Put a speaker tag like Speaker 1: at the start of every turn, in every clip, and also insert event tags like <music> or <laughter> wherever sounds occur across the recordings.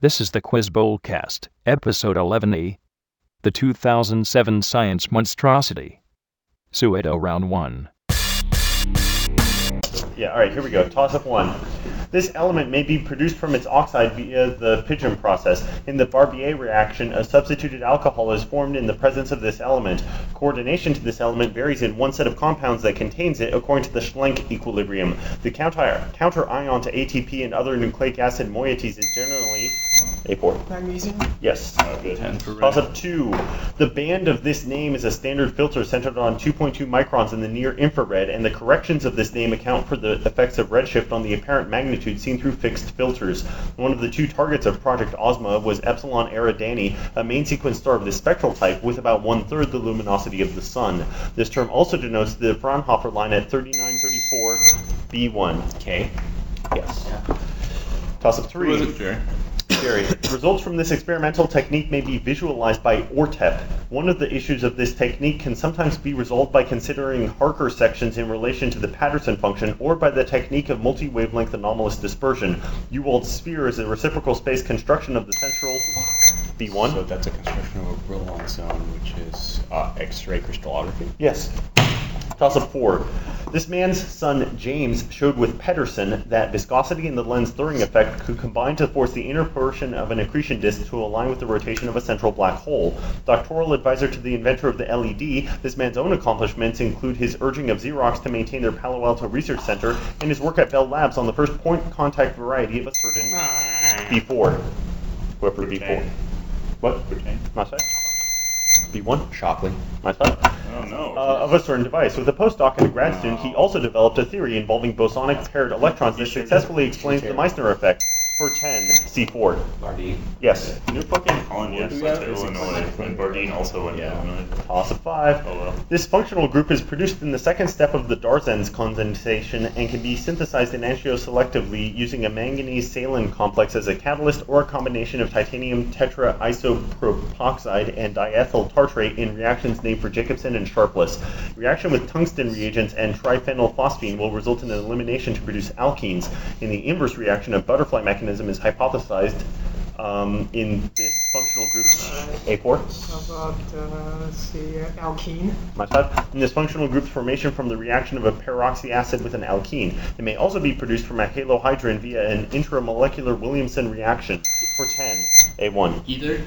Speaker 1: This is the Quiz Bowlcast, episode 11E. The 2007 Science Monstrosity. Suedo Round 1.
Speaker 2: Yeah, all right, here we go. Toss up one. This element may be produced from its oxide via the Pidgeon process. In the Barbier reaction, a substituted alcohol is formed in the presence of this element. Coordination to this element varies in one set of compounds that contains it according to the Schlenk equilibrium. The counter, counter ion to ATP and other nucleic acid moieties is generally A4.
Speaker 3: Magnesium?
Speaker 2: Yes.
Speaker 4: Ten for
Speaker 2: Toss
Speaker 4: red.
Speaker 2: up two. The band of this name is a standard filter centered on 2.2 microns in the near infrared, and the corrections of this name account for the effects of redshift on the apparent magnitude seen through fixed filters. One of the two targets of Project OSMA was Epsilon Eridani, a main sequence star of the spectral type with about one third the luminosity of the sun. This term also denotes the Fraunhofer line at 3934 B1.
Speaker 4: K.
Speaker 2: Yes. Toss up three.
Speaker 4: Who was it, Jerry?
Speaker 2: Jerry. Results from this experimental technique may be visualized by ORTEP. One of the issues of this technique can sometimes be resolved by considering Harker sections in relation to the Patterson function or by the technique of multi-wavelength anomalous dispersion. Ewald's sphere is a reciprocal space construction of the central B1.
Speaker 4: So that's a construction of a Brillon zone, which is uh, X-ray crystallography.
Speaker 2: Yes. Toss up four. This man's son James showed with Pedersen that viscosity and the lens Thuring effect could combine to force the inner portion of an accretion disk to align with the rotation of a central black hole. Doctoral advisor to the inventor of the LED, this man's own accomplishments include his urging of Xerox to maintain their Palo Alto Research Center and his work at Bell Labs on the first point contact variety of a certain B4. Whoever B4. What? My side? B1?
Speaker 4: Shockley.
Speaker 2: My side?
Speaker 4: Oh no.
Speaker 2: uh, of a certain device. With a postdoc and a grad student, he also developed a theory involving bosonic paired electrons that successfully explains the Meissner effect for 10 C4.
Speaker 4: Bardi.
Speaker 2: Yes.
Speaker 5: New fucking Colin, yes,
Speaker 4: Yeah,
Speaker 5: went to
Speaker 4: it's
Speaker 5: Illinois,
Speaker 4: expensive.
Speaker 5: and Bardeen also went
Speaker 4: Yeah.
Speaker 5: to Illinois.
Speaker 2: Toss of 5.
Speaker 5: Oh well.
Speaker 2: This functional group is produced in the second step of the Darzens condensation and can be synthesized enantioselectively using a manganese saline complex as a catalyst or a combination of titanium tetraisopropoxide and diethyl tartrate in reactions named for Jacobson and Sharpless. Reaction with tungsten reagents and triphenylphosphine will result in an elimination to produce alkenes. In the inverse reaction, a butterfly mechanism is hypothesized um, in this functional group A4.
Speaker 3: How about, uh, let's see, uh, alkene?
Speaker 2: My thought, in this functional group's formation from the reaction of a peroxy acid with an alkene. It may also be produced from a halohydrin via an intramolecular Williamson reaction for 10, A1.
Speaker 4: Either.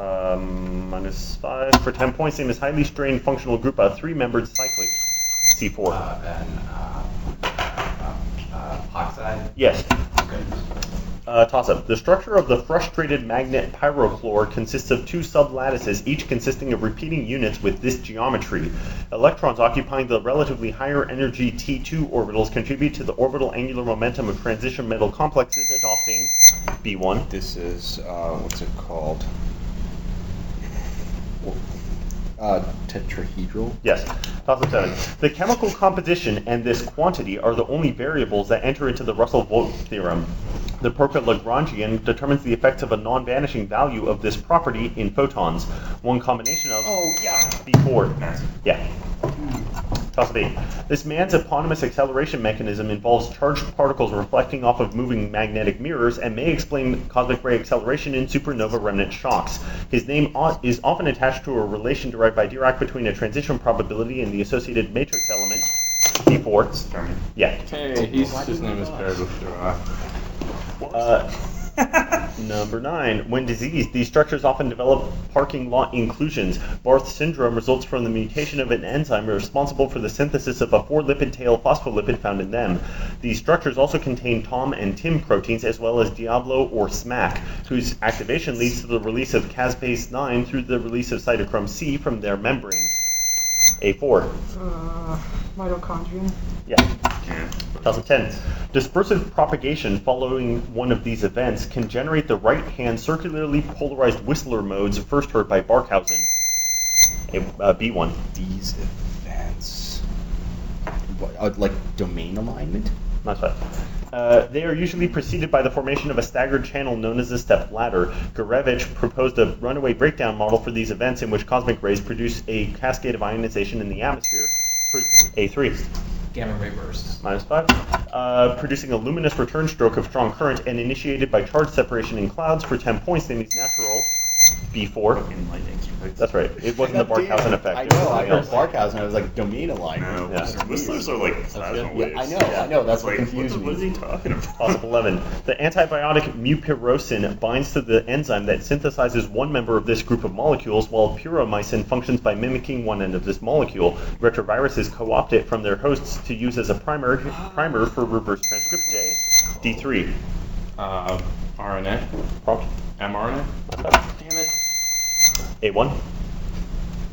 Speaker 2: Um, minus 5 for 10 points, same as highly strained functional group, a three membered cyclic C4.
Speaker 4: then uh, uh, uh, oxide.
Speaker 2: Yes.
Speaker 4: Okay.
Speaker 2: Uh, toss up. The structure of the frustrated magnet pyrochlor consists of two sublattices, each consisting of repeating units with this geometry. Electrons occupying the relatively higher energy T2 orbitals contribute to the orbital angular momentum of transition metal complexes adopting B1.
Speaker 4: This is uh, what's it called? Uh, tetrahedral.
Speaker 2: Yes. Toss up seven. The chemical composition and this quantity are the only variables that enter into the Russell-Volk theorem. The Perkin-Lagrangian determines the effects of a non-vanishing value of this property in photons. One combination of
Speaker 3: Oh, yeah.
Speaker 2: B4. Yeah. Toss of eight. This man's eponymous acceleration mechanism involves charged particles reflecting off of moving magnetic mirrors and may explain cosmic ray acceleration in supernova remnant shocks. His name o- is often attached to a relation derived by Dirac between a transition probability and the associated matrix element, B4.
Speaker 5: German.
Speaker 2: Yeah.
Speaker 4: Hey, he's,
Speaker 3: Why his didn't name we is know? paired
Speaker 4: with
Speaker 2: Uh, <laughs> Number nine, when diseased, these structures often develop parking lot inclusions. Barth syndrome results from the mutation of an enzyme responsible for the synthesis of a 4-lipid tail phospholipid found in them. These structures also contain TOM and TIM proteins as well as Diablo or SMAC, whose activation leads to the release of caspase 9 through the release of cytochrome C from their membranes. A4.
Speaker 3: Uh, mitochondrion?
Speaker 2: Yeah.
Speaker 5: Yeah.
Speaker 2: 2010. Dispersive propagation following one of these events can generate the right hand circularly polarized Whistler modes first heard by Barkhausen. A, uh, B1.
Speaker 4: These events. What, uh, like domain alignment?
Speaker 2: Not bad. Uh, they are usually preceded by the formation of a staggered channel known as a step ladder. Gurevich proposed a runaway breakdown model for these events in which cosmic rays produce a cascade of ionization in the atmosphere. For A3.
Speaker 6: gamma ray bursts.
Speaker 2: minus five, uh, producing a luminous return stroke of strong current and initiated by charge separation in clouds for 10 points. They need natural B4.
Speaker 5: In lightning strikes.
Speaker 2: That's right. It wasn't the
Speaker 4: God damn.
Speaker 2: Barkhausen effect.
Speaker 4: I
Speaker 2: It was
Speaker 4: know. I
Speaker 2: something
Speaker 4: heard
Speaker 2: else.
Speaker 4: Barkhausen. I was like, Domina like.
Speaker 5: No,
Speaker 2: Yeah.
Speaker 5: whistles- whistlers are like plasma
Speaker 4: Yeah, I
Speaker 5: waves.
Speaker 4: know, I know, that's what
Speaker 5: like,
Speaker 4: confused me.
Speaker 5: what, the- What is he talking about? <laughs>
Speaker 2: Possible 11. The antibiotic mupirocin binds to the enzyme that synthesizes one member of this group of molecules, while puromycin functions by mimicking one end of this molecule. Retroviruses co opt it from their hosts to use as a primer, primer for reverse transcriptase. D3.
Speaker 4: Uh, RNA,
Speaker 2: Prompt.
Speaker 4: mRNA.
Speaker 6: Damn it.
Speaker 2: A1.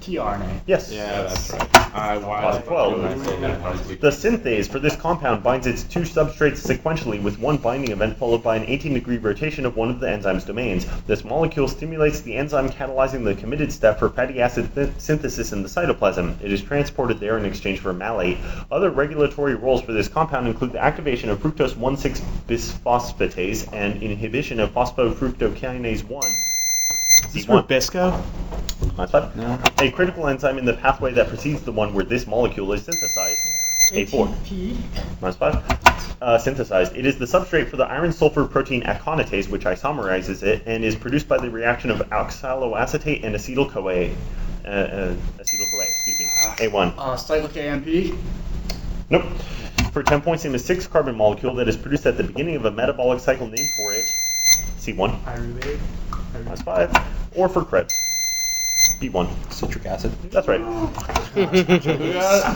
Speaker 6: tRNA.
Speaker 2: Yes.
Speaker 4: Yeah, that's right. I
Speaker 2: Plus
Speaker 4: was
Speaker 2: 12. The synthase for this compound binds its two substrates sequentially with one binding event followed by an 18 degree rotation of one of the enzyme's domains. This molecule stimulates the enzyme catalyzing the committed step for fatty acid th- synthesis in the cytoplasm. It is transported there in exchange for malate. Other regulatory roles for this compound include the activation of fructose 1,6 bisphosphatase and inhibition of phosphofructokinase 1. C1.
Speaker 4: Bisco.
Speaker 2: That's right. A critical enzyme in the pathway that precedes the one where this molecule is synthesized. A4.
Speaker 3: ATP.
Speaker 2: Minus five. Uh, synthesized. It is the substrate for the iron sulfur protein aconitase, which isomerizes it, and is produced by the reaction of oxaloacetate and acetyl CoA. Uh, uh, acetyl CoA, excuse me. A1.
Speaker 6: Uh, cyclic AMP.
Speaker 2: Nope. For 10 points, name a six carbon molecule that is produced at the beginning of a metabolic cycle. Name for it C1.
Speaker 6: Pyruvate.
Speaker 2: Minus five. Or for Krebs. B1.
Speaker 4: Citric acid.
Speaker 2: That's right.
Speaker 4: Who got it?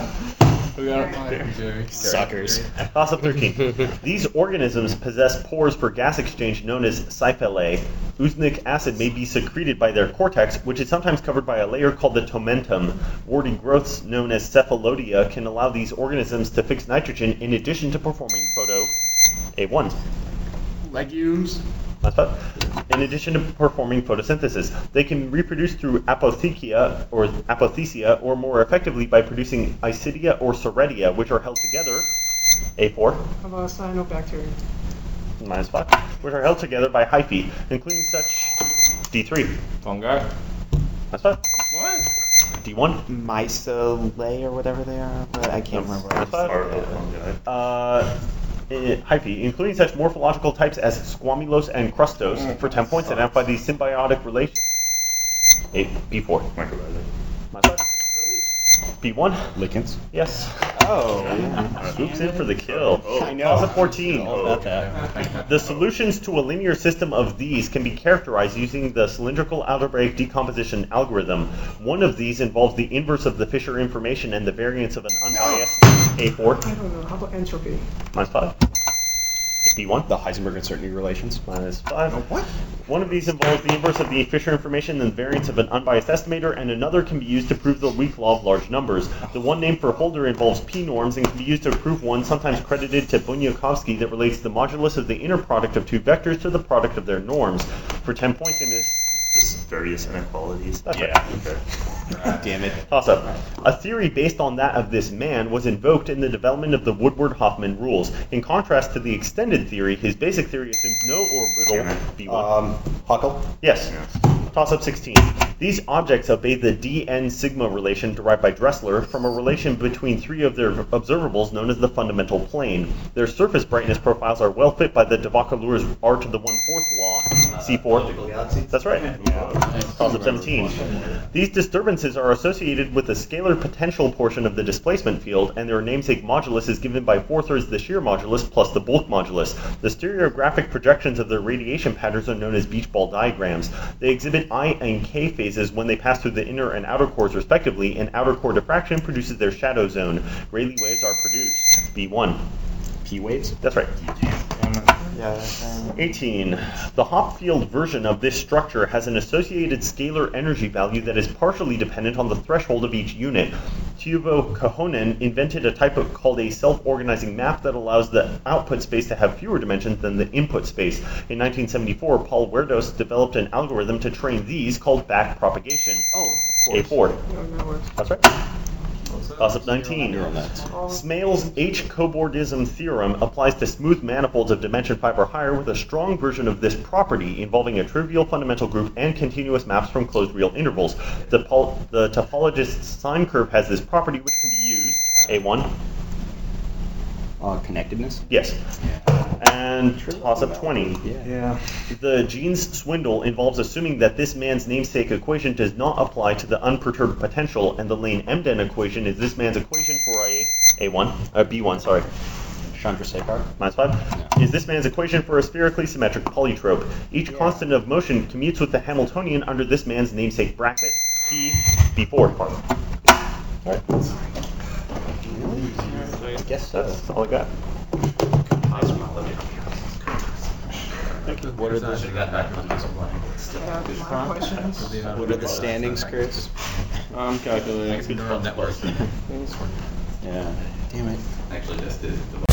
Speaker 4: Who got it?
Speaker 6: Jerry.
Speaker 4: Suckers.
Speaker 2: Toss up 13. These organisms possess pores for gas exchange known as siphalae. Usnic acid may be secreted by their cortex, which is sometimes covered by a layer called the tomentum. Warty growths known as cephalodia can allow these organisms to fix nitrogen in addition to performing photo. A1.
Speaker 6: Legumes.
Speaker 2: Last up. In addition to performing photosynthesis, they can reproduce through apothecia or apothecia, or more effectively by producing isidia or soredia, which are held together. A4.
Speaker 3: How about cyanobacteria?
Speaker 2: minus five, which are held together by hyphae, including such D3,
Speaker 4: Fungi.
Speaker 2: minus five,
Speaker 4: What?
Speaker 2: D1,
Speaker 7: Mycelae or whatever they are, but I can't remember.
Speaker 2: minus
Speaker 5: Or the
Speaker 2: five,
Speaker 5: fungi.
Speaker 2: uh, eh, hyphae, including such morphological types as squamulose and crustose, for 10 points, and out by these symbiotic relations. Eight, B4,
Speaker 5: Mycorrhizae.
Speaker 2: minus five, B1,
Speaker 4: Lichens.
Speaker 2: yes,
Speaker 4: Oh.
Speaker 2: swoops in for the kill.
Speaker 7: Oh.
Speaker 4: I know.
Speaker 2: Toss a 14.
Speaker 4: Oh, about that.
Speaker 2: The solutions to a linear system of these can be characterized using the cylindrical algebraic decomposition algorithm. One of these involves the inverse of the Fisher information and the variance of an unbiased
Speaker 3: I
Speaker 2: A4
Speaker 3: don't know. How about entropy?
Speaker 2: minus 5. B1
Speaker 4: The Heisenberg uncertainty relations. Uh,
Speaker 2: minus 5. One of these involves the inverse of the Fisher information and the variance of an unbiased estimator, and another can be used to prove the weak law of large numbers. The one named for Holder involves p norms and can be used to prove one sometimes credited to Bunyakovsky that relates the modulus of the inner product of two vectors to the product of their norms. For 10 points in this
Speaker 5: Just various inequalities.
Speaker 2: That's
Speaker 5: yeah.
Speaker 2: right.
Speaker 5: Okay.
Speaker 4: Damn it.
Speaker 2: toss up, a theory based on that of this man was invoked in the development of the Woodward Hoffman rules. In contrast to the extended theory, his basic theory assumes no orbital B1.
Speaker 4: Um, Huckle.
Speaker 2: Yes.
Speaker 5: Yeah.
Speaker 2: Toss up 16. These objects obey the dn sigma relation derived by Dressler from a relation between three of their observables known as the fundamental plane. Their surface brightness profiles are well fit by the Devaka-Lewis R to the 1 4th law, C4. That's right. Toss up 17. These disturbances are associated with the scalar potential portion of the displacement field, and their namesake modulus is given by four thirds the shear modulus plus the bulk modulus. The stereographic projections of their radiation patterns are known as beach ball diagrams. They exhibit I and K phases when they pass through the inner and outer cores, respectively, and outer core diffraction produces their shadow zone. Rayleigh waves are produced. B1.
Speaker 4: P waves.
Speaker 2: That's right.
Speaker 7: Yeah, um,
Speaker 2: 18. The Hopfield version of this structure has an associated scalar energy value that is partially dependent on the threshold of each unit. Tuvo Cahonen invented a type of called a self-organizing map that allows the output space to have fewer dimensions than the input space. In 1974, Paul Werdos developed an algorithm to train these called backpropagation.
Speaker 4: Oh,
Speaker 2: A4.
Speaker 3: No networks.
Speaker 2: That's right. Toss up 19.
Speaker 4: Neural nets.
Speaker 3: All
Speaker 2: Smail's H cobordism theorem applies to smooth manifolds of dimension 5 or higher with a strong version of this property involving a trivial fundamental group and continuous maps from closed real intervals. The, pol- the topologist's sine curve has this property which can be used A1
Speaker 4: Uh, connectedness.
Speaker 2: Yes. And toss up 20.
Speaker 4: Yeah.
Speaker 2: The genes swindle involves assuming that this man's namesake equation does not apply to the unperturbed potential, and the Lane Emden equation is this man's equation for a A1, a B1, sorry,
Speaker 4: Chandra Sekhar.
Speaker 2: minus five, is this man's equation for a spherically symmetric polytrope. Each constant of motion commutes with the Hamiltonian under this man's namesake bracket, B B4. Pardon. All right, that's,
Speaker 4: I guess so.
Speaker 2: that's all I got.
Speaker 4: What are the
Speaker 3: Uh, my questions.
Speaker 4: What are the standings, Chris?
Speaker 5: I'm Um, calculating.
Speaker 4: Yeah. Damn it.
Speaker 8: Actually, that's the, the